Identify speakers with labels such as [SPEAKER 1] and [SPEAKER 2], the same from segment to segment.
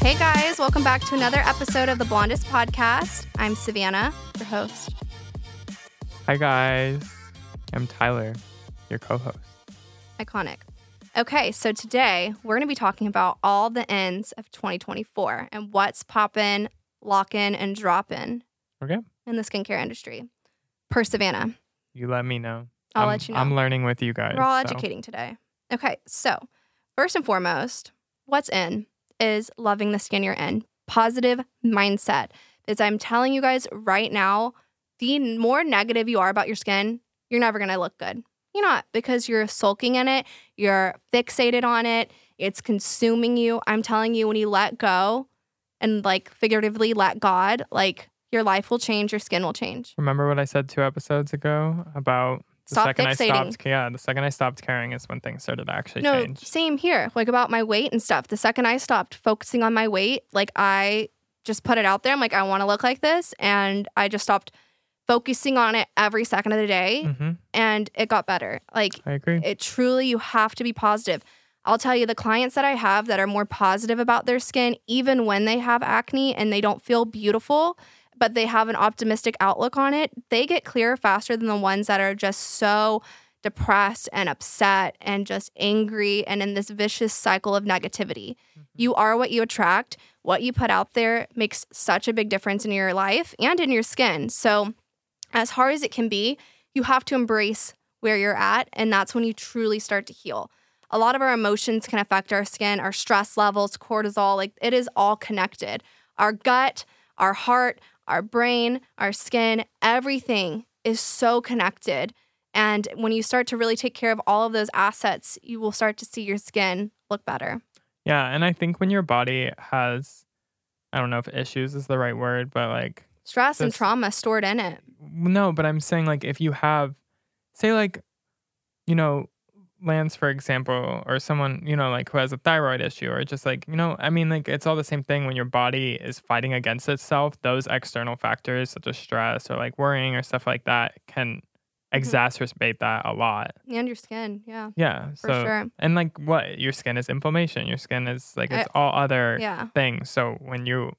[SPEAKER 1] Hey guys, welcome back to another episode of the Blondest Podcast. I'm Savannah, your host.
[SPEAKER 2] Hi guys, I'm Tyler, your co-host.
[SPEAKER 1] Iconic. Okay, so today we're going to be talking about all the ends of 2024 and what's poppin', lockin', and droppin'
[SPEAKER 2] Okay,
[SPEAKER 1] in the skincare industry. Per Savannah,
[SPEAKER 2] you let me know.
[SPEAKER 1] I'll
[SPEAKER 2] I'm-
[SPEAKER 1] let you know.
[SPEAKER 2] I'm learning with you guys.
[SPEAKER 1] We're all
[SPEAKER 2] so-
[SPEAKER 1] educating today. Okay, so first and foremost, what's in is loving the skin you're in, positive mindset. As I'm telling you guys right now, the more negative you are about your skin, you're never gonna look good. You're not because you're sulking in it, you're fixated on it, it's consuming you. I'm telling you, when you let go and like figuratively let God, like your life will change, your skin will change.
[SPEAKER 2] Remember what I said two episodes ago about the
[SPEAKER 1] Stop
[SPEAKER 2] second
[SPEAKER 1] fixating.
[SPEAKER 2] I stopped. Yeah, the second I stopped caring is when things started to actually
[SPEAKER 1] no,
[SPEAKER 2] change.
[SPEAKER 1] same here. Like about my weight and stuff. The second I stopped focusing on my weight, like I just put it out there. I'm like, I want to look like this, and I just stopped focusing on it every second of the day,
[SPEAKER 2] Mm-hmm.
[SPEAKER 1] and it got better. Like
[SPEAKER 2] I agree.
[SPEAKER 1] it truly, you have to be positive. I'll tell you, the clients that I have that are more positive about their skin, even when they have acne and they don't feel beautiful, but they have an optimistic outlook on it, they get clearer faster than the ones that are just so depressed and upset and just angry and in this vicious cycle of negativity. You are what you attract. What you put out there makes such a big difference in your life and in your skin. So, as hard as it can be, you have to embrace where you're at, and that's when you truly start to heal. A lot of our emotions can affect our skin, our stress levels, cortisol, like it is all connected. Our gut, our heart, our brain, our skin, everything is so connected. And when you start to really take care of all of those assets, you will start to see your skin look better.
[SPEAKER 2] Yeah, and I think when your body has, I don't know if issues is the right word, but like
[SPEAKER 1] Stress and
[SPEAKER 2] That's-
[SPEAKER 1] trauma stored in it.
[SPEAKER 2] no, but I'm saying like if you have, say like, you know, Lance for example, or someone you know like who has a thyroid issue, or just like you know, I mean like it's all the same thing when your body is fighting against itself. Those external factors such as stress or like worrying or stuff like that can
[SPEAKER 1] Mhm.
[SPEAKER 2] exacerbate that a lot.
[SPEAKER 1] And your skin, yeah,
[SPEAKER 2] Yeah.
[SPEAKER 1] for
[SPEAKER 2] so
[SPEAKER 1] sure.
[SPEAKER 2] and like what your skin is inflammation. Your skin is like it's all other
[SPEAKER 1] Yeah,
[SPEAKER 2] things. So when you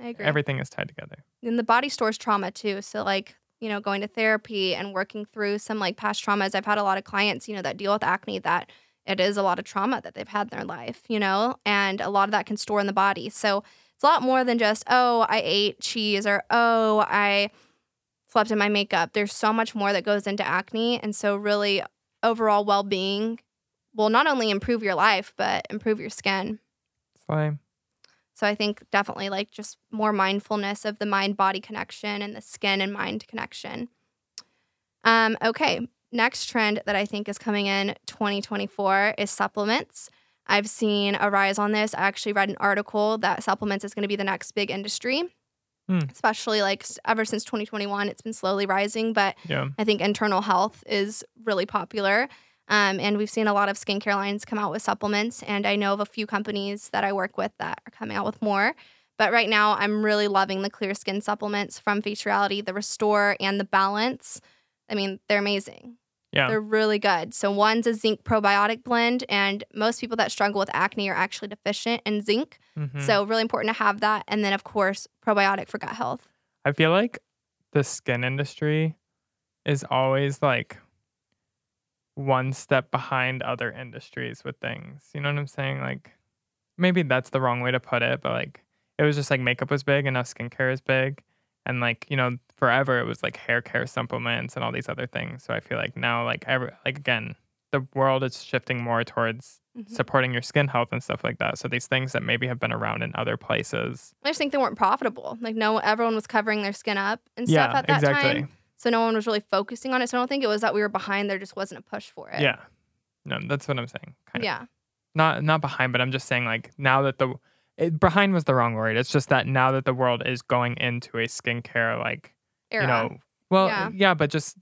[SPEAKER 1] I agree.
[SPEAKER 2] everything is tied together.
[SPEAKER 1] and the body stores trauma too. So like, you know, going to therapy and working through some like past traumas. I've had a lot of clients, you know, that deal with acne that it is a lot of trauma that they've had in their life, you know, and a lot of that can store in the body. So it's a lot more than just, oh, I ate cheese or oh, I slept in my makeup. There's so much more that goes into acne. And so really overall well being will not only improve your life, but improve your skin.
[SPEAKER 2] Slime.
[SPEAKER 1] So I think definitely like just more mindfulness of the mind body connection and the skin and mind connection. Um, okay, next trend that I think is coming in 2024 is supplements. I've seen a rise on this. I actually read an article that supplements is going to be the next big industry,
[SPEAKER 2] Hmm.
[SPEAKER 1] especially like s- ever since 2021, it's been slowly rising, but
[SPEAKER 2] Yeah.
[SPEAKER 1] I think internal health is really popular. Um, and we've seen a lot of skincare lines come out with supplements. And I know of a few companies that I work with that are coming out with more. But right now, I'm really loving the clear skin supplements from Faciality, the Restore, and the Balance. I mean, they're amazing.
[SPEAKER 2] Yeah.
[SPEAKER 1] They're really good. So one's a zinc probiotic blend, and most people that struggle with acne are actually deficient in zinc.
[SPEAKER 2] Mhm.
[SPEAKER 1] So really important to have that. And then of course, probiotic for gut health.
[SPEAKER 2] I feel like the skin industry is always like one step behind other industries with things. You know what I'm saying? Like maybe that's the wrong way to put it, but like it was just like makeup was big and now skincare is big. And like, you know, forever it was like hair care supplements and all these other things. So I feel like now like every like again, the world is shifting more towards
[SPEAKER 1] Mhm.
[SPEAKER 2] supporting your skin health and stuff like that. So these things that maybe have been around in other places.
[SPEAKER 1] I just think they weren't profitable. Like no, everyone was covering their skin up and
[SPEAKER 2] yeah,
[SPEAKER 1] stuff at that
[SPEAKER 2] exactly.
[SPEAKER 1] time. So no one was really focusing on it. So I don't think it was that we were behind. There just wasn't a push for it.
[SPEAKER 2] Yeah. No, that's what I'm saying. Kind of.
[SPEAKER 1] Yeah.
[SPEAKER 2] Not not behind, but I'm just saying like now that the it, behind was the wrong word. It's just that now that the world is going into a skincare like
[SPEAKER 1] Era.
[SPEAKER 2] you know well
[SPEAKER 1] Yeah.
[SPEAKER 2] yeah, but just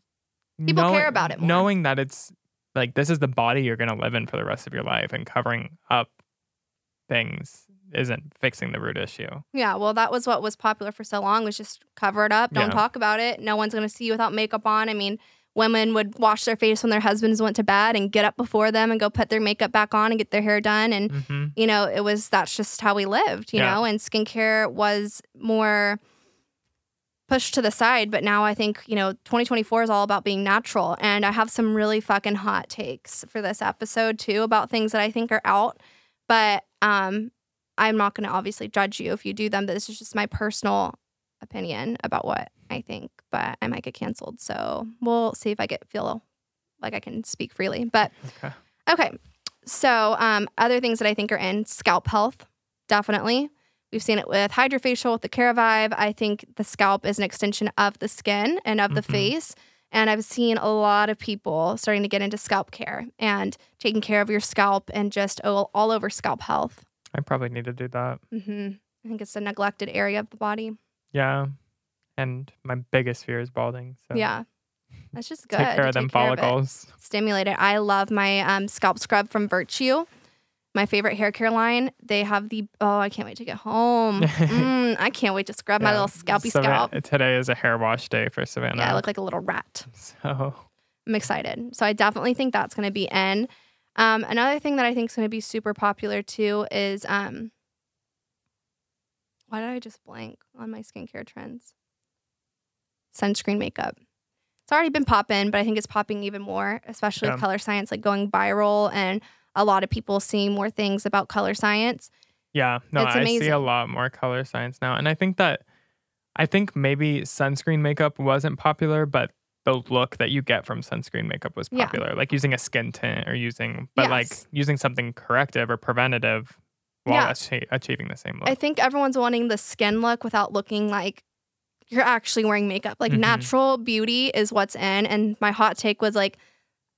[SPEAKER 1] People care about it more.
[SPEAKER 2] Knowing that it's like this is the body you're gonna live in for the rest of your life and covering up things isn't fixing the root issue.
[SPEAKER 1] Yeah. Well, that was what was popular for so long was just cover it up. Don't
[SPEAKER 2] Yeah.
[SPEAKER 1] talk about it. No one's gonna see you without makeup on. I mean, women would wash their face when their husbands went to bed and get up before them and go put their makeup back on and get their hair done and
[SPEAKER 2] hmm
[SPEAKER 1] you know, it was that's just how we lived, you
[SPEAKER 2] Yeah.
[SPEAKER 1] know, and skincare was more pushed to the side. But now I think, you know, 2024 is all about being natural. And I have some really fucking hot takes for this episode too about things that I think are out. But um I'm not gonna obviously judge you if you do them, but this is just my personal opinion about what I think. But I might get canceled. So we'll see if I get feel like I can speak freely. But
[SPEAKER 2] Okay.
[SPEAKER 1] Okay. So, um, other things that I think are in scalp health, definitely. We've seen it with Hydrofacial, with the Ceravive. I think the scalp is an extension of the skin and of the
[SPEAKER 2] Mhm.
[SPEAKER 1] face. And I've seen a lot of people starting to get into scalp care and taking care of your scalp and just all, all over scalp health.
[SPEAKER 2] I probably need to do that.
[SPEAKER 1] hmm I think it's a neglected area of the body.
[SPEAKER 2] Yeah. And my biggest fear is balding. So
[SPEAKER 1] Yeah. That's just good.
[SPEAKER 2] Take care
[SPEAKER 1] to
[SPEAKER 2] of them
[SPEAKER 1] care of it.
[SPEAKER 2] follicles.
[SPEAKER 1] stimulated. I love my um, scalp scrub from Virtue, my favorite hair care line. They have the oh, I can't wait to get home. Mm, I can't wait to scrub my
[SPEAKER 2] Yeah.
[SPEAKER 1] little scalpy
[SPEAKER 2] Savannah-
[SPEAKER 1] scalp.
[SPEAKER 2] Today is a hair wash day for Savannah.
[SPEAKER 1] Yeah, I look like a little rat.
[SPEAKER 2] so
[SPEAKER 1] I'm excited. So I definitely think that's going to be in. Um, another thing that I think is going to be super popular too is um, why did I just blank on my skincare trends? Sunscreen makeup. It's already been popping, but I think it's popping even more, especially with
[SPEAKER 2] Yeah.
[SPEAKER 1] color science like going viral and a lot of people seeing more things about color science.
[SPEAKER 2] yeah, no,
[SPEAKER 1] It's
[SPEAKER 2] I see a
[SPEAKER 1] amazing.
[SPEAKER 2] lot more color science now, and I think that I think maybe sunscreen makeup wasn't popular, but the look that you get from sunscreen makeup was
[SPEAKER 1] Yeah.
[SPEAKER 2] popular, like using a skin tint or using, but
[SPEAKER 1] Yes.
[SPEAKER 2] like using something corrective or preventative while
[SPEAKER 1] Yeah.
[SPEAKER 2] achi- achieving the same look.
[SPEAKER 1] I think everyone's wanting the skin look without looking like you're actually wearing makeup. Like
[SPEAKER 2] Mhm.
[SPEAKER 1] natural beauty is what's in. And my hot take was like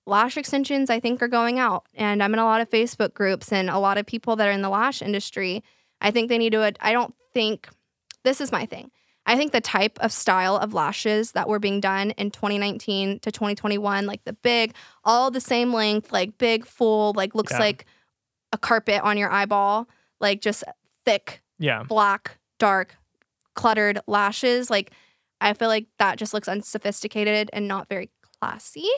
[SPEAKER 1] lash extensions, I think, are going out. And I'm in a lot of Facebook groups and a lot of people that are in the lash industry. I think they need to, ad- I don't think, this is my thing. I think the type of style of lashes that were being done in 2019 to 2021, like the big, all the same length, like big, full, like looks
[SPEAKER 2] Yeah.
[SPEAKER 1] like a carpet on your eyeball, like just thick
[SPEAKER 2] yeah,
[SPEAKER 1] black, dark, cluttered lashes. Like, I feel like that just looks unsophisticated and not very classy.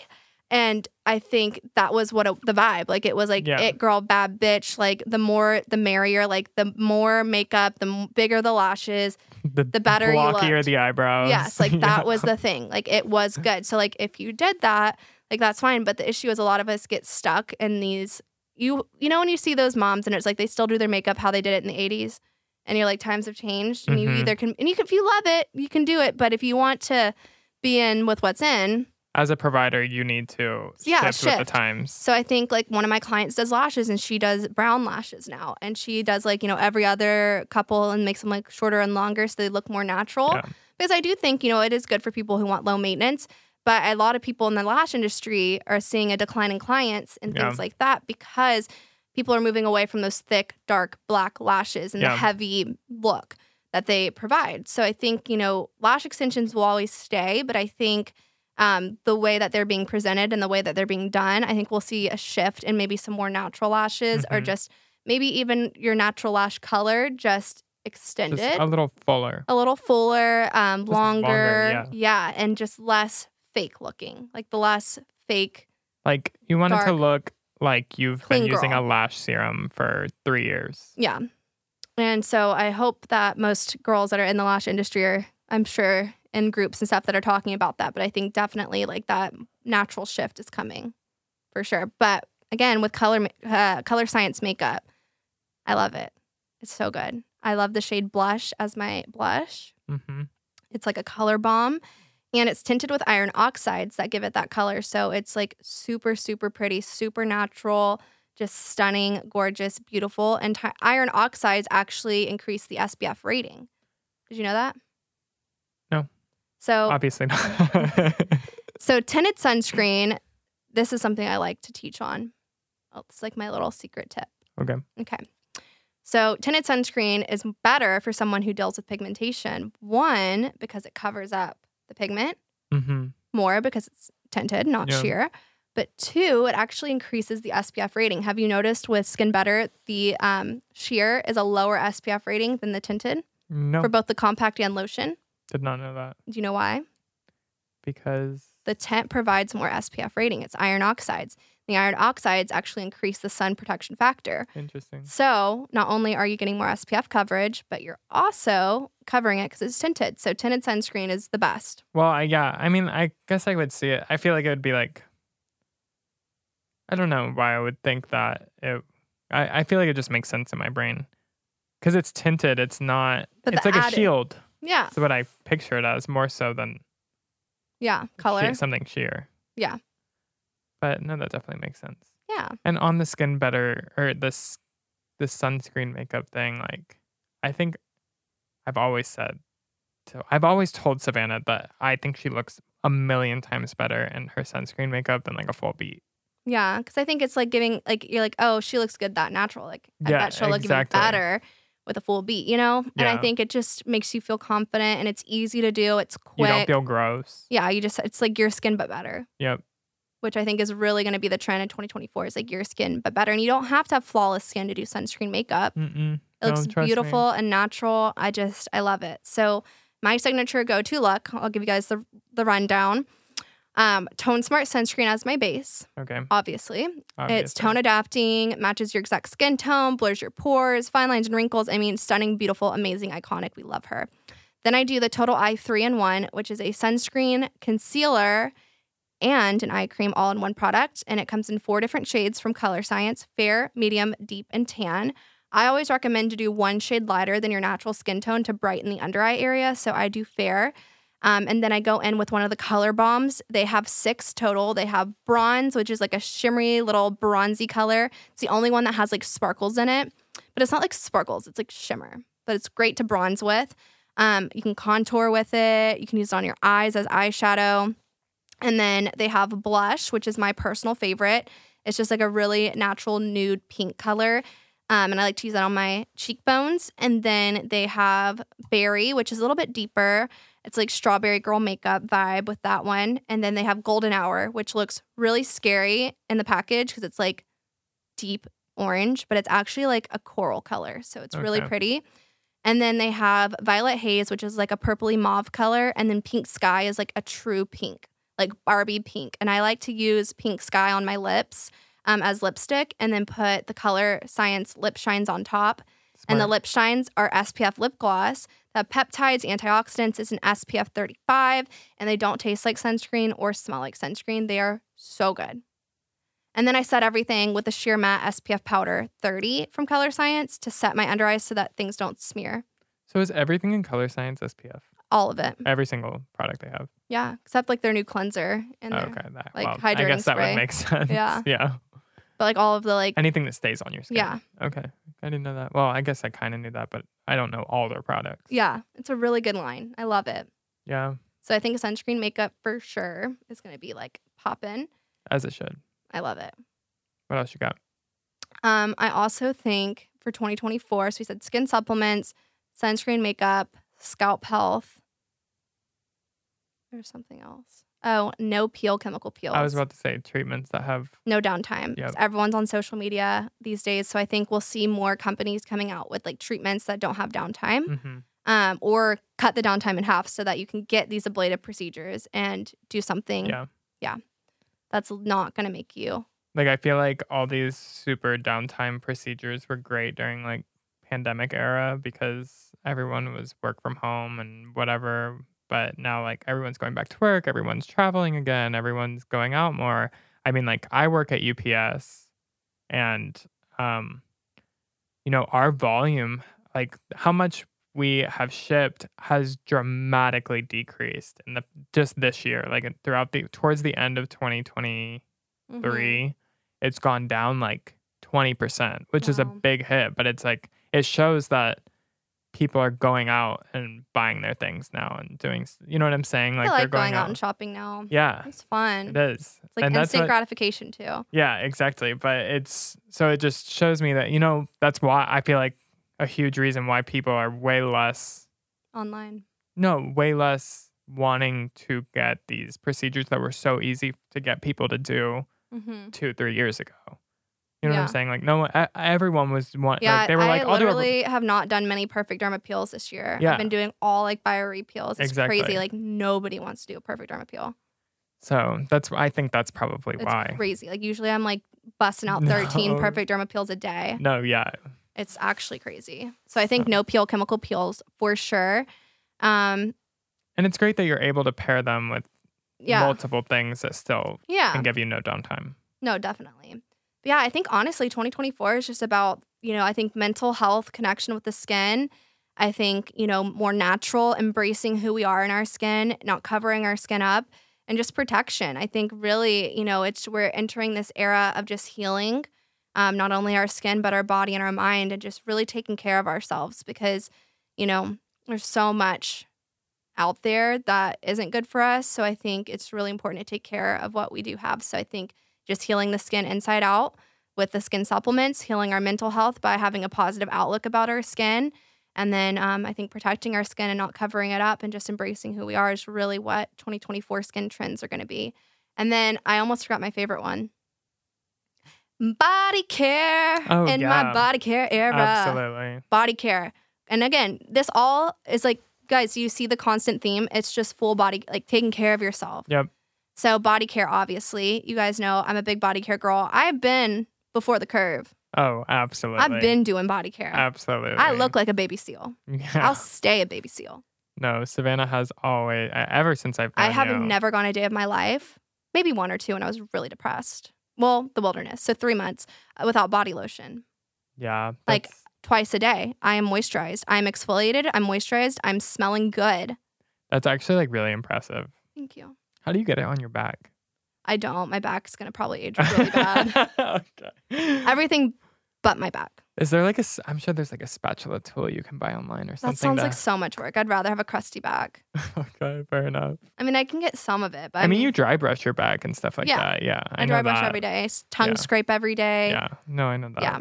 [SPEAKER 1] And I think that was what a, the vibe. Like, it was like,
[SPEAKER 2] Yeah.
[SPEAKER 1] it girl, bad bitch. Like, the more, the merrier. Like, the more makeup, the m- bigger the lashes,
[SPEAKER 2] the,
[SPEAKER 1] the better you
[SPEAKER 2] blockier
[SPEAKER 1] looked.
[SPEAKER 2] the eyebrows.
[SPEAKER 1] Yes, like
[SPEAKER 2] Yeah.
[SPEAKER 1] that was the thing. Like it was good. So like if you did that, like that's fine. But the issue is a lot of us get stuck in these. You you know when you see those moms and it's like they still do their makeup how they did it in the eighties, and you're like times have changed, and
[SPEAKER 2] Mhm.
[SPEAKER 1] you either can and you can, if you love it you can do it, but if you want to be in with what's in,
[SPEAKER 2] As a provider, you need to
[SPEAKER 1] Yeah,
[SPEAKER 2] shift, with
[SPEAKER 1] shift.
[SPEAKER 2] the times.
[SPEAKER 1] so I think like one of my clients does lashes and she does brown lashes now. And she does like, you know, every other couple and makes them like shorter and longer so they look more natural.
[SPEAKER 2] Yeah.
[SPEAKER 1] Because I do think, you know, it is good for people who want low maintenance. But a lot of people in the lash industry are seeing a decline in clients and
[SPEAKER 2] Yeah.
[SPEAKER 1] things like that because people are moving away from those thick, dark, black lashes and
[SPEAKER 2] Yeah.
[SPEAKER 1] the heavy look that they provide. So I think, you know, lash extensions will always stay, but I think um, the way that they're being presented and the way that they're being done, I think we'll see a shift in maybe some more natural lashes or
[SPEAKER 2] Mhm.
[SPEAKER 1] just maybe even your natural lash color just extended,
[SPEAKER 2] Just a little fuller.
[SPEAKER 1] a little fuller, um,
[SPEAKER 2] Just longer,
[SPEAKER 1] longer. yeah. and just less fake looking, like the less fake.
[SPEAKER 2] Like you want it to
[SPEAKER 1] Dark.
[SPEAKER 2] look like you've
[SPEAKER 1] Clean
[SPEAKER 2] been using
[SPEAKER 1] girl.
[SPEAKER 2] a lash serum for three years.
[SPEAKER 1] Yeah. And so I hope that most girls that are in the lash industry are, I'm sure, in groups and stuff that are talking about that. But I think definitely like that natural shift is coming for sure. But again, with color, ma- uh, color science makeup, I love it. It's so good. I love the shade blush as my blush.
[SPEAKER 2] hmm
[SPEAKER 1] It's like a color bomb and it's tinted with iron oxides that give it that color. So it's like super, super pretty, super natural, just stunning, gorgeous, beautiful. And ti- iron oxides actually increase the SPF rating. Did you know that?
[SPEAKER 2] No.
[SPEAKER 1] So
[SPEAKER 2] Obviously not.
[SPEAKER 1] so tinted sunscreen, this is something I like to teach on. Oh, It's like my little secret tip.
[SPEAKER 2] okay.
[SPEAKER 1] Okay. So, tinted sunscreen is better for someone who deals with pigmentation. One, because it covers up the pigment
[SPEAKER 2] hmm
[SPEAKER 1] more because it's tinted, not
[SPEAKER 2] Yeah.
[SPEAKER 1] sheer. But two, it actually increases the SPF rating. Have you noticed with Skin Better, the um, sheer is a lower SPF rating than the tinted
[SPEAKER 2] No,
[SPEAKER 1] for both the compact and lotion?
[SPEAKER 2] did not know that
[SPEAKER 1] Do you know why?
[SPEAKER 2] because
[SPEAKER 1] the tent provides more SPF rating. It's iron oxides. The iron oxides actually increase the sun protection factor.
[SPEAKER 2] Interesting.
[SPEAKER 1] So not only are you getting more SPF coverage, but you're also covering it because it's tinted. So tinted sunscreen is the best.
[SPEAKER 2] Well, I, yeah, I mean, I guess I would see it. I feel like it would be like, I don't know why I would think that. It, I, I feel like it just makes sense in my brain because it's tinted. It's not.
[SPEAKER 1] But
[SPEAKER 2] it's
[SPEAKER 1] the
[SPEAKER 2] like
[SPEAKER 1] added-
[SPEAKER 2] a shield.
[SPEAKER 1] Yeah.
[SPEAKER 2] That's what I picture it as more so than
[SPEAKER 1] Yeah.
[SPEAKER 2] she-
[SPEAKER 1] Color.
[SPEAKER 2] something sheer.
[SPEAKER 1] Yeah.
[SPEAKER 2] But no, that definitely makes sense.
[SPEAKER 1] Yeah.
[SPEAKER 2] And on the skin better or this the sunscreen makeup thing, like I think I've always said to I've always told Savannah that I think she looks a million times better in her sunscreen makeup than like a full beat.
[SPEAKER 1] Yeah. Because I think it's like giving, like, you're like, oh, she looks good that natural. Like, I
[SPEAKER 2] Yeah,
[SPEAKER 1] bet she'll look even
[SPEAKER 2] exactly.
[SPEAKER 1] better with a full beat, you know? And I
[SPEAKER 2] Yeah.
[SPEAKER 1] think it just makes you feel confident and it's easy to do. It's
[SPEAKER 2] You
[SPEAKER 1] quick.
[SPEAKER 2] don't feel gross.
[SPEAKER 1] yeah. You just, it's like your skin, but better.
[SPEAKER 2] Yep.
[SPEAKER 1] which I think is really going to be the trend in 2024 is like your skin, but better. And you don't have to have flawless skin to do sunscreen makeup.
[SPEAKER 2] Mm-mm.
[SPEAKER 1] It looks
[SPEAKER 2] No, Mm, trust me.
[SPEAKER 1] beautiful and natural. I just, I love it. So, my signature go to look, I'll give you guys the, the rundown. Um, Tone Smart sunscreen as my base,
[SPEAKER 2] Okay.
[SPEAKER 1] obviously. It's
[SPEAKER 2] obviously.
[SPEAKER 1] tone adapting, matches your exact skin tone, blurs your pores, fine lines and wrinkles. I mean, stunning, beautiful, amazing, iconic. We love her. Then I do the Total Eye 3 in 1, which is a sunscreen, concealer, and an eye cream all in one product. And it comes in four different shades from Color Science fair, medium, deep, and tan. I always recommend to do one shade lighter than your natural skin tone to brighten the under eye area. So I do fair. Um, and then I go in with one of the color bombs. They have six total. They have bronze, which is like a shimmery little bronzy color. It's the only one that has like sparkles in it, but it's not like sparkles, it's like shimmer, but it's great to bronze with. Um, you can contour with it, you can use it on your eyes as eyeshadow. And then they have blush, which is my personal favorite. It's just like a really natural nude pink color. Um, and I like to use that on my cheekbones. And then they have berry, which is a little bit deeper. It's like strawberry girl makeup vibe with that one. And then they have golden hour, which looks really scary in the package because it's like deep orange, but it's actually like a coral color. So it's really
[SPEAKER 2] Okay.
[SPEAKER 1] pretty. And then they have violet haze, which is like a purpley mauve color. And then pink sky is like a true pink, like Barbie pink. And I like to use pink sky on my lips um, as lipstick and then put the color science lip shines on top. And the
[SPEAKER 2] Smart.
[SPEAKER 1] lip shines are SPF lip gloss that peptides, antioxidants is an SPF 35, and they don't taste like sunscreen or smell like sunscreen. They are so good. And then I set everything with the Sheer Matte SPF Powder 30 from Color Science to set my under eyes so that things don't smear.
[SPEAKER 2] so is everything in color science SPF?
[SPEAKER 1] All of it.
[SPEAKER 2] Every single product they have.
[SPEAKER 1] Yeah. Except like their new cleanser and
[SPEAKER 2] Oh,
[SPEAKER 1] their-
[SPEAKER 2] okay. That,
[SPEAKER 1] like,
[SPEAKER 2] well, I
[SPEAKER 1] hydrating
[SPEAKER 2] guess that
[SPEAKER 1] spray.
[SPEAKER 2] would make sense.
[SPEAKER 1] Yeah.
[SPEAKER 2] Yeah.
[SPEAKER 1] but like all of the like
[SPEAKER 2] Anything that stays on your skin.
[SPEAKER 1] Yeah.
[SPEAKER 2] Okay. I didn't know that. Well, I guess I kind of knew that, but I don't know all their products.
[SPEAKER 1] yeah, it's a really good line. I love it.
[SPEAKER 2] Yeah.
[SPEAKER 1] So I think sunscreen makeup for sure is gonna be like poppin'.
[SPEAKER 2] As it should.
[SPEAKER 1] I love it.
[SPEAKER 2] What else you got?
[SPEAKER 1] Um, I also think for 2024, so we said skin supplements, sunscreen, makeup, scalp health. There's something else. Oh, no peel chemical peels.
[SPEAKER 2] I was about to say treatments that have.
[SPEAKER 1] no downtime.
[SPEAKER 2] Yep.
[SPEAKER 1] Everyone's on social media these days, so I think we'll see more companies coming out with like treatments that don't have downtime
[SPEAKER 2] hmm
[SPEAKER 1] um, or cut the downtime in half so that you can get these ablative procedures and do something.
[SPEAKER 2] Yeah.
[SPEAKER 1] Yeah. That's not going to make you.
[SPEAKER 2] Like, I feel like all these super downtime procedures were great during like pandemic era because everyone was work from home and whatever. But now, like, everyone's going back to work, everyone's traveling again, everyone's going out more. I mean, like, I work at UPS and, um, you know, our volume, like how much we have shipped has dramatically decreased in the just this year, like throughout the towards the end of 2023,
[SPEAKER 1] Mhm.
[SPEAKER 2] it's gone down like 20%, which is a
[SPEAKER 1] Wow.
[SPEAKER 2] big hit, but it's like it shows that people are going out and buying their things now and doing, s- you know what I'm saying?
[SPEAKER 1] I like going, out and shopping now.
[SPEAKER 2] yeah,
[SPEAKER 1] It's fun.
[SPEAKER 2] it is.
[SPEAKER 1] It's like
[SPEAKER 2] and that's
[SPEAKER 1] instant
[SPEAKER 2] what-
[SPEAKER 1] gratification too.
[SPEAKER 2] Yeah, exactly. But it's so it just shows me that, you know, that's why I feel like a huge reason why people are way less,
[SPEAKER 1] online.
[SPEAKER 2] no, way less wanting to get these procedures that were so easy to get people to do
[SPEAKER 1] Mm-hmm.
[SPEAKER 2] two, three years ago. You know what
[SPEAKER 1] Yeah.
[SPEAKER 2] I'm saying? Like, no one, e- everyone was one,
[SPEAKER 1] Yeah,
[SPEAKER 2] like, they were
[SPEAKER 1] I
[SPEAKER 2] like, "Oh, I'll do it.
[SPEAKER 1] literally have not done many perfect derm appeals this year.
[SPEAKER 2] Yeah.
[SPEAKER 1] I've been doing all like bio repeals. It's
[SPEAKER 2] Exactly.
[SPEAKER 1] crazy. Like nobody wants to do a perfect derm appeal.
[SPEAKER 2] So that's I think that's probably
[SPEAKER 1] It's
[SPEAKER 2] why.
[SPEAKER 1] crazy. Like usually I'm like busting out 13
[SPEAKER 2] No.
[SPEAKER 1] perfect derma peels a day.
[SPEAKER 2] No, yeah,
[SPEAKER 1] It's actually crazy. So I think no peel chemical peels for sure. Um
[SPEAKER 2] and it's great that you're able to pair them with
[SPEAKER 1] yeah.
[SPEAKER 2] multiple things that still
[SPEAKER 1] yeah.
[SPEAKER 2] can give you no downtime.
[SPEAKER 1] No, definitely. But yeah, I think honestly, 2024 is just about, you know, I think mental health, connection with the skin. I think, you know, more natural, embracing who we are in our skin, not covering our skin up, and just protection. I think really, you know, it's we're entering this era of just healing, um, not only our skin, but our body and our mind, and just really taking care of ourselves because, you know, there's so much out there that isn't good for us. So I think it's really important to take care of what we do have. So I think just healing the skin inside out with the skin supplements, healing our mental health by having a positive outlook about our skin. And then um, I think protecting our skin and not covering it up and just embracing who we are is really what 2024 skin trends are going to be. And then I almost forgot my favorite one body care
[SPEAKER 2] Oh,
[SPEAKER 1] in
[SPEAKER 2] yeah.
[SPEAKER 1] my body care era
[SPEAKER 2] Absolutely.
[SPEAKER 1] body care. And again, this all is like, guys, you see the constant theme. It's just full body, like taking care of yourself.
[SPEAKER 2] Yep.
[SPEAKER 1] So, body care, obviously. You guys know I'm a big body care girl. I've been before the curve,
[SPEAKER 2] Oh, absolutely.
[SPEAKER 1] I've been doing body care.
[SPEAKER 2] Absolutely.
[SPEAKER 1] I look like a baby seal.
[SPEAKER 2] Yeah.
[SPEAKER 1] I'll stay a baby seal.
[SPEAKER 2] No, Savannah has always uh, ever since I've.
[SPEAKER 1] I
[SPEAKER 2] known
[SPEAKER 1] have
[SPEAKER 2] you-
[SPEAKER 1] never gone a day of my life, maybe one or two, and I was really depressed. Well, the wilderness. So, three months uh, without body lotion.
[SPEAKER 2] Yeah.
[SPEAKER 1] like,
[SPEAKER 2] that's-
[SPEAKER 1] Twice a day, I am moisturized. I'm exfoliated. I'm moisturized. I'm smelling good.
[SPEAKER 2] That's actually like really impressive.
[SPEAKER 1] Thank you.
[SPEAKER 2] How do you get it on your back?
[SPEAKER 1] I don't. My back's gonna probably age really bad.
[SPEAKER 2] okay.
[SPEAKER 1] Everything but my back.
[SPEAKER 2] Is there like a? s- I'm sure there's like a spatula tool you can buy online or
[SPEAKER 1] That
[SPEAKER 2] something.
[SPEAKER 1] sounds like so much work. I'd rather have a crusty back.
[SPEAKER 2] like. okay, fair enough.
[SPEAKER 1] I mean, I can get some of it, but
[SPEAKER 2] I mean, you dry brush your back and stuff like
[SPEAKER 1] Yeah.
[SPEAKER 2] that. Yeah,
[SPEAKER 1] I,
[SPEAKER 2] I know
[SPEAKER 1] dry brush
[SPEAKER 2] that.
[SPEAKER 1] every day, s- tongue
[SPEAKER 2] Yeah.
[SPEAKER 1] scrape every day.
[SPEAKER 2] Yeah, no, I know that.
[SPEAKER 1] Yeah.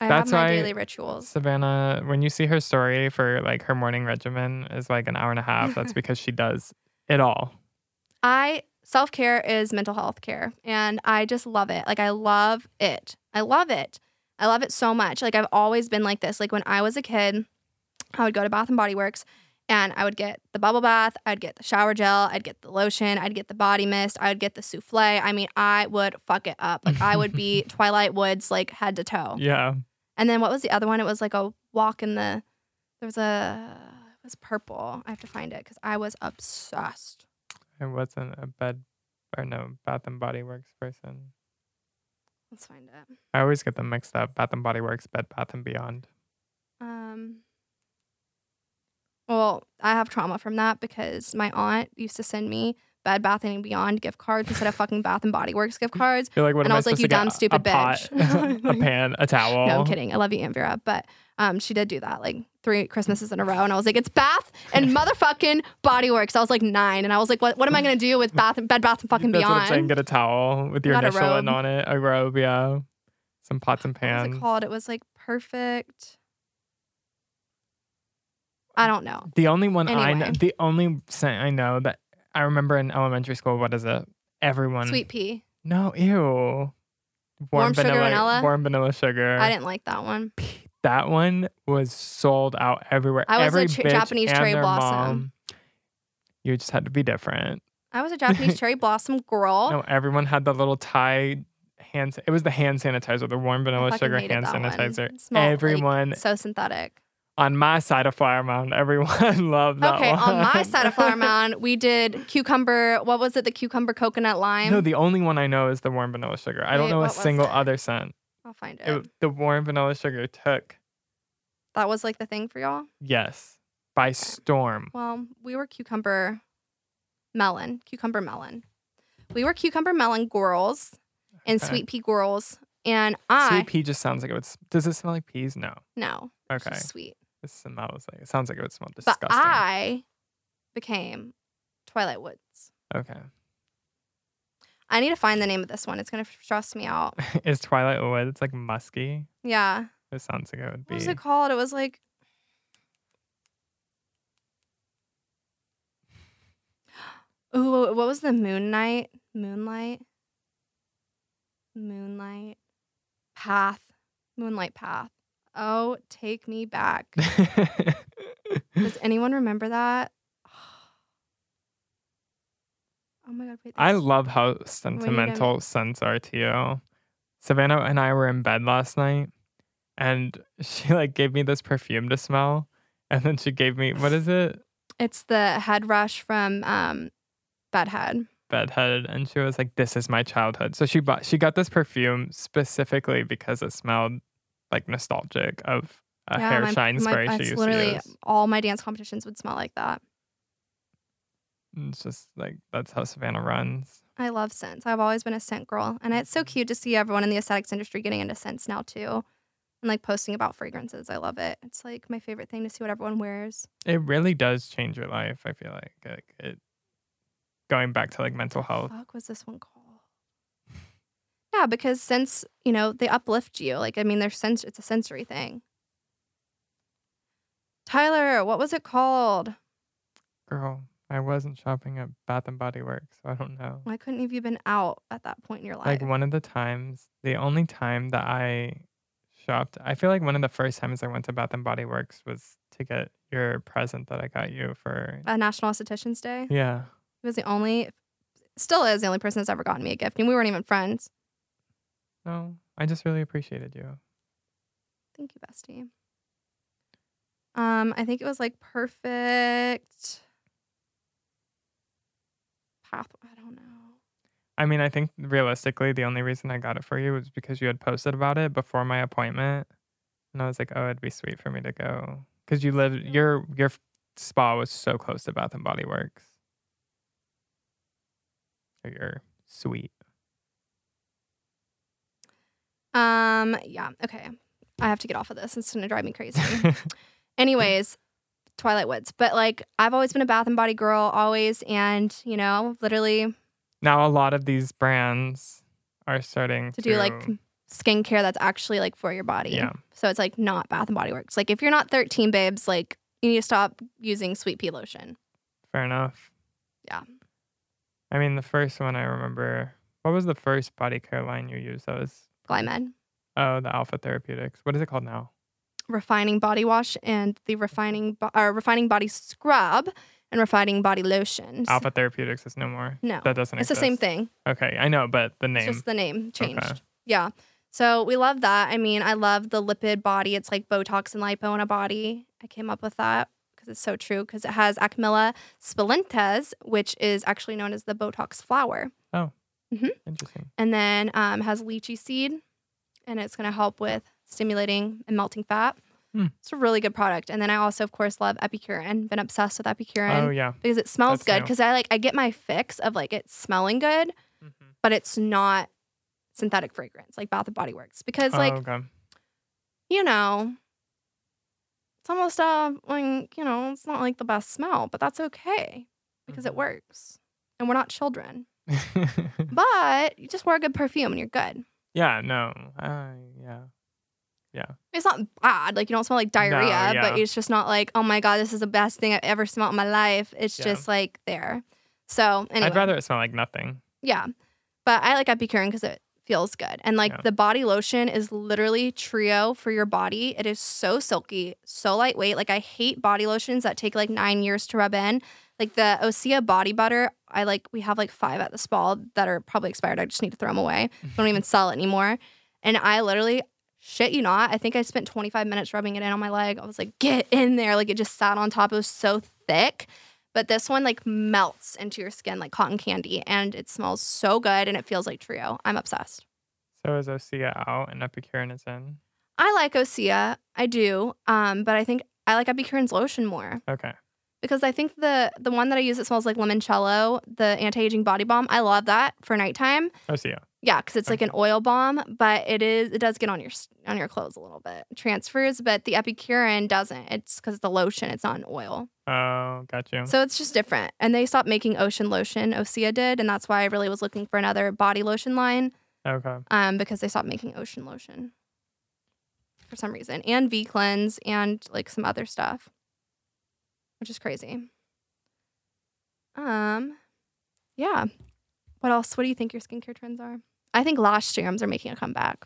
[SPEAKER 1] I
[SPEAKER 2] That's
[SPEAKER 1] have my
[SPEAKER 2] why-
[SPEAKER 1] daily rituals.
[SPEAKER 2] Savannah, when you see her story for like her morning regimen is like an hour and a half, that's because she does it all.
[SPEAKER 1] I self care is mental health care, and I just love it. Like I love it. I love it. I love it so much. Like I've always been like this. Like when I was a kid, I would go to Bath and Body Works, and I would get the bubble bath, I'd get the shower gel, I'd get the lotion, I'd get the body mist, I'd get the souffle. I mean, I would fuck it up. Like I would be Twilight Woods, like head to toe.
[SPEAKER 2] Yeah.
[SPEAKER 1] And then what was the other one? It was like a walk in the. There was a. It was purple. I have to find it because I was obsessed.
[SPEAKER 2] I wasn't a bed or no Bath and Body Works person.
[SPEAKER 1] Let's find it.
[SPEAKER 2] I always get them mixed up. Bath and Body Works, Bed Bath and Beyond.
[SPEAKER 1] Um, well, I have trauma from that because my aunt used to send me Bed Bath and Beyond gift cards instead of fucking Bath and Body Works gift cards.
[SPEAKER 2] You're like, what
[SPEAKER 1] And I
[SPEAKER 2] am I,
[SPEAKER 1] was like,
[SPEAKER 2] supposed
[SPEAKER 1] "You
[SPEAKER 2] to get?
[SPEAKER 1] dumb,
[SPEAKER 2] A-
[SPEAKER 1] stupid
[SPEAKER 2] a pot,
[SPEAKER 1] bitch."
[SPEAKER 2] a pan, a towel.
[SPEAKER 1] No, I'm kidding. I love you, Aunt Vera, but um, she did do that like three Christmases in a row, and I was like, it's Bath and motherfucking Body Works. I was like nine, and I was like, what? What am I gonna do with Bath and Bed Bath and fucking
[SPEAKER 2] That's
[SPEAKER 1] Beyond?
[SPEAKER 2] what I'm saying. Get a towel with your
[SPEAKER 1] Not a
[SPEAKER 2] initial
[SPEAKER 1] robe.
[SPEAKER 2] in on it, a robe, yeah. Some pots and
[SPEAKER 1] what was
[SPEAKER 2] pans.
[SPEAKER 1] it called? It was like perfect. I don't know.
[SPEAKER 2] The only one I know,
[SPEAKER 1] Anyway.
[SPEAKER 2] the only scent I know that I remember in elementary school, what is it? Everyone.
[SPEAKER 1] Sweet pea.
[SPEAKER 2] No, ew. Warm,
[SPEAKER 1] Warm sugar
[SPEAKER 2] vanilla,
[SPEAKER 1] vanilla?
[SPEAKER 2] Warm vanilla sugar.
[SPEAKER 1] I didn't like that one.
[SPEAKER 2] that one was sold out everywhere.
[SPEAKER 1] I was a
[SPEAKER 2] Every
[SPEAKER 1] ch-
[SPEAKER 2] bitch
[SPEAKER 1] Japanese
[SPEAKER 2] and
[SPEAKER 1] cherry
[SPEAKER 2] their
[SPEAKER 1] blossom.
[SPEAKER 2] mom. You just had to be different.
[SPEAKER 1] I was a Japanese cherry blossom girl.
[SPEAKER 2] No, everyone had the little Thai hand. It was the hand sanitizer, the warm
[SPEAKER 1] I
[SPEAKER 2] vanilla
[SPEAKER 1] fucking
[SPEAKER 2] sugar
[SPEAKER 1] hated
[SPEAKER 2] hand
[SPEAKER 1] that one.
[SPEAKER 2] sanitizer.
[SPEAKER 1] It smelled, like,
[SPEAKER 2] everyone
[SPEAKER 1] so synthetic.
[SPEAKER 2] on my side of Flower Mound, everyone loved that
[SPEAKER 1] okay,
[SPEAKER 2] one.
[SPEAKER 1] on my side of Flower Mound, we did cucumber. What was it? The cucumber coconut lime.
[SPEAKER 2] No, the only one I know is the warm vanilla sugar. I don't
[SPEAKER 1] Wait,
[SPEAKER 2] know a
[SPEAKER 1] what was
[SPEAKER 2] single
[SPEAKER 1] it?
[SPEAKER 2] other scent.
[SPEAKER 1] I'll find it.
[SPEAKER 2] It- the warm vanilla sugar took
[SPEAKER 1] That was like the thing for y'all.
[SPEAKER 2] yes by storm.
[SPEAKER 1] Well, we were cucumber melon, cucumber melon. We were cucumber melon girls and
[SPEAKER 2] Okay.
[SPEAKER 1] sweet pea girls, and I
[SPEAKER 2] Sweet pea just sounds like it would. s- Does it smell like peas? No.
[SPEAKER 1] no, it's
[SPEAKER 2] Okay.
[SPEAKER 1] just sweet.
[SPEAKER 2] It smells like. It sounds like it would smell
[SPEAKER 1] But
[SPEAKER 2] disgusting.
[SPEAKER 1] I became Twilight Woods.
[SPEAKER 2] okay.
[SPEAKER 1] I need to find the name of this one. It's gonna stress me out.
[SPEAKER 2] Is Twilight Wood? It's like musky.
[SPEAKER 1] Yeah.
[SPEAKER 2] It sounds like it would
[SPEAKER 1] What
[SPEAKER 2] be.
[SPEAKER 1] was it called? It was like. Ooh, wha- what was the moon night? Moonlight? Moonlight? Path? Moonlight Path. Oh, take me back. Does anyone remember that? Oh my god, wait.
[SPEAKER 2] I
[SPEAKER 1] there's-
[SPEAKER 2] love how sentimental scents are to you. Savannah and I were in bed last night and she like gave me this perfume to smell. And then she gave me what is it?
[SPEAKER 1] it's the head rush from um Bad Head.
[SPEAKER 2] Bedhead. And she was like, This is my childhood. So she bought she got this perfume specifically because it smelled like nostalgic of a hair
[SPEAKER 1] my-
[SPEAKER 2] shine
[SPEAKER 1] my-
[SPEAKER 2] spray she
[SPEAKER 1] That's
[SPEAKER 2] used
[SPEAKER 1] literally
[SPEAKER 2] to use.
[SPEAKER 1] all my dance competitions would smell like that.
[SPEAKER 2] And It's just like that's how Savannah runs.
[SPEAKER 1] I love scents. I've always been a scent girl, and it's so
[SPEAKER 2] Mm-hmm.
[SPEAKER 1] cute to see everyone in the aesthetics industry getting into scents now too, and like posting about fragrances. I love it. It's like my favorite thing to see what everyone wears.
[SPEAKER 2] It really does change your life, I feel like. Like it going back to like mental health.
[SPEAKER 1] fuck was this one called? Yeah, because since you know they uplift you, like I mean, they're sens- it's a sensory thing. Tyler, what was it called?
[SPEAKER 2] Girl, I wasn't shopping at Bath and Body Works, so I don't know.
[SPEAKER 1] Why couldn't have you been out at that point in your life?
[SPEAKER 2] Like one of the times, the only time that I shopped, I feel like one of the first times I went to Bath and Body Works was to get your present that I got you for.
[SPEAKER 1] At National Estheticians Day,
[SPEAKER 2] Yeah.
[SPEAKER 1] he was the only, still is the only person that's ever gotten me a gift, and we weren't even friends.
[SPEAKER 2] No, I just really appreciated you.
[SPEAKER 1] Thank you, bestie. Um, I think it was like perfect path. I don't know.
[SPEAKER 2] I mean, I think realistically, the only reason I got it for you was because you had posted about it before my appointment, and I was like, "Oh, it'd be sweet for me to go," because you live your your spa was so close to Bath and Body Works. Or your suite.
[SPEAKER 1] Um, yeah. Okay. I have to get off of this. It's gonna drive me crazy. Anyways, Twilight Woods. But like I've always been a bath and body girl, always, and you know, literally
[SPEAKER 2] now a lot of these brands are starting
[SPEAKER 1] to do like skincare that's actually like for your body.
[SPEAKER 2] Yeah.
[SPEAKER 1] So it's like not bath and body works. Like if you're not 13, babes, like you need to stop using sweet pea lotion.
[SPEAKER 2] Fair enough.
[SPEAKER 1] Yeah.
[SPEAKER 2] I mean, the first one I remember. What was the first body care line you used? That was
[SPEAKER 1] Glymed.
[SPEAKER 2] oh, the Alpha Therapeutics. What is it called now?
[SPEAKER 1] refining body wash and the refining bo- uh, refining body scrub and refining body lotion.
[SPEAKER 2] Alpha Therapeutics is no more.
[SPEAKER 1] No,
[SPEAKER 2] That doesn't
[SPEAKER 1] it's
[SPEAKER 2] exist.
[SPEAKER 1] the same thing.
[SPEAKER 2] Okay, I know, but the
[SPEAKER 1] It's
[SPEAKER 2] name.
[SPEAKER 1] just the name changed.
[SPEAKER 2] Okay.
[SPEAKER 1] Yeah. So we love that. I mean, I love the lipid body. It's like Botox and lipo in a body. I came up with that because it's so true because it has Acmilla spilenthes, which is actually known as the Botox flower,
[SPEAKER 2] Interesting.
[SPEAKER 1] and then um, has lychee seed, and it's going to help with stimulating and melting fat.
[SPEAKER 2] Hmm.
[SPEAKER 1] It's a really good product. And then I also, of course, love Epicurin. Been obsessed with Epicurin.
[SPEAKER 2] Oh yeah.
[SPEAKER 1] because it smells
[SPEAKER 2] That's
[SPEAKER 1] good.
[SPEAKER 2] new.
[SPEAKER 1] Because I like I get my fix of like it's smelling good, but it's not synthetic fragrance like Bath and Body Works. Because
[SPEAKER 2] oh,
[SPEAKER 1] like
[SPEAKER 2] okay.
[SPEAKER 1] you know, it's almost uh like you know it's not like the best smell, but that's okay because it
[SPEAKER 2] Mhm.
[SPEAKER 1] works, and we're not children.
[SPEAKER 2] Mm-hmm.
[SPEAKER 1] But you just wear a good perfume and you're good.
[SPEAKER 2] yeah. No. Uh, yeah.
[SPEAKER 1] It's not bad. Like you don't smell like diarrhea,
[SPEAKER 2] yeah.
[SPEAKER 1] but it's just not like oh my god, this is the best thing I've ever smelled in my life. It's
[SPEAKER 2] Yeah.
[SPEAKER 1] just like there. So anyway.
[SPEAKER 2] I'd rather it smell like nothing.
[SPEAKER 1] Yeah. But I like Epicurin because it feels good. And like
[SPEAKER 2] Yeah.
[SPEAKER 1] the body lotion is literally trio for your body. It is so silky, so lightweight. Like I hate body lotions that take like nine years to rub in. Like the Osea body butter, I like, we have like five at the spa that are probably expired. I just need to throw them away. They don't even sell it anymore. And I literally, shit you not, I think I spent 25 minutes rubbing it in on my leg. I was like, get in there. Like it just sat on top. It was so thick. But this one like melts into your skin like cotton candy and it smells so good and it feels like trio. I'm obsessed.
[SPEAKER 2] So is Osea out and Epicurean is in?
[SPEAKER 1] I like Osea. I do. Um, but I think I like Epicurin's lotion more
[SPEAKER 2] Okay.
[SPEAKER 1] because I think the the one that I use that smells like limoncello, the anti-aging body balm, I love that for nighttime.
[SPEAKER 2] Osea.
[SPEAKER 1] Yeah, because it's like an oil balm, but it is it does get on your s- on your clothes a little bit, transfers. But the Epicurin doesn't. It's because the lotion. It's not an oil,
[SPEAKER 2] Oh, got you.
[SPEAKER 1] so it's just different. And they stopped making ocean lotion. Osea did, and that's why I really was looking for another body lotion line,
[SPEAKER 2] okay.
[SPEAKER 1] um, because they stopped making ocean lotion for some reason, and V Cleanse and like some other stuff, which is crazy. Um, yeah. What else? What do you think your skincare trends are? I think lash serums are making a comeback.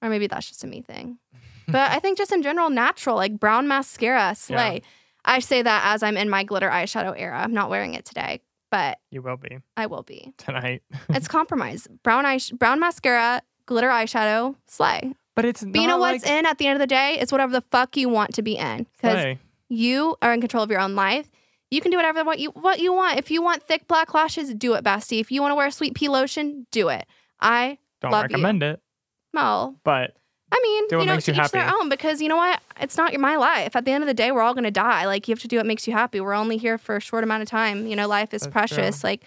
[SPEAKER 1] Or maybe that's just a me thing. But I think just in general, natural, like brown mascara, slay. I say that as I'm in my glitter eyeshadow era. I'm not wearing it today but
[SPEAKER 2] You will be
[SPEAKER 1] I will be.
[SPEAKER 2] tonight.
[SPEAKER 1] It's compromise. Brown eye, brown mascara, glitter eyeshadow, slay.
[SPEAKER 2] But it's
[SPEAKER 1] But you know what's in at the end of the day? It's whatever the fuck you want to be in because you are in control of your own life. You can do whatever what you what you want. If you want thick black lashes, do it, bestie. If you want to wear a sweet pea lotion, do it. I
[SPEAKER 2] Don't
[SPEAKER 1] love you.
[SPEAKER 2] recommend it,
[SPEAKER 1] well,
[SPEAKER 2] but
[SPEAKER 1] I mean,
[SPEAKER 2] Do what
[SPEAKER 1] you know,
[SPEAKER 2] makes
[SPEAKER 1] to
[SPEAKER 2] you
[SPEAKER 1] each their
[SPEAKER 2] happy.
[SPEAKER 1] own because you know what? It's not your- my life. At the end of the day, we're all going to die. Like, you have to do what makes you happy. We're only here for a short amount of time. You know, life is
[SPEAKER 2] That's
[SPEAKER 1] precious. Like,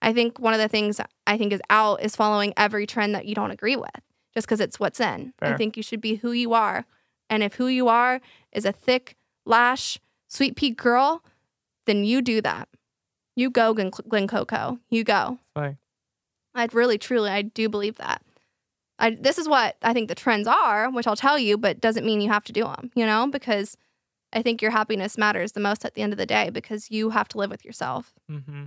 [SPEAKER 1] I think one of the things I think is out is following every trend that you don't agree with just because it's what's in. I
[SPEAKER 2] Fair.
[SPEAKER 1] think you should be who you are. And if who you are is a thick lash, sweet pea girl, then you do that. You go, Glen, Glen Coco. You go.
[SPEAKER 2] Slay.
[SPEAKER 1] I really, truly, I do believe that. I, this is what I think the trends are, which I'll tell you, but doesn't mean you have to do them, you know, because I think your happiness matters the most at the end of the day because you have to live with yourself.
[SPEAKER 2] hmm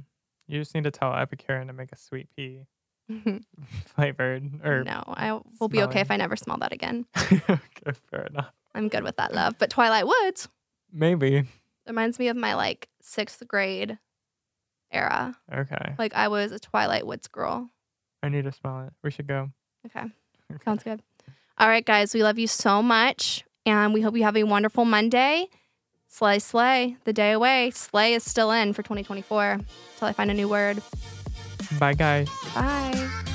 [SPEAKER 2] you just need to tell Epicurean to make a sweet pea flavored or
[SPEAKER 1] no, I will be okay
[SPEAKER 2] smelling.
[SPEAKER 1] if I never smell that again.
[SPEAKER 2] okay, fair enough.
[SPEAKER 1] I'm good with that love. But Twilight Woods
[SPEAKER 2] Maybe.
[SPEAKER 1] reminds me of my like sixth grade era.
[SPEAKER 2] Okay.
[SPEAKER 1] Like I was a Twilight Woods girl.
[SPEAKER 2] I need to smell it. We should go.
[SPEAKER 1] Okay.
[SPEAKER 2] Okay.
[SPEAKER 1] Sounds good. All right, guys, we love you so much, and we hope you have a wonderful Monday. Slay, slay, the day away. Slay is still in for 2024 until I find a new word.
[SPEAKER 2] Bye guys.
[SPEAKER 1] Bye.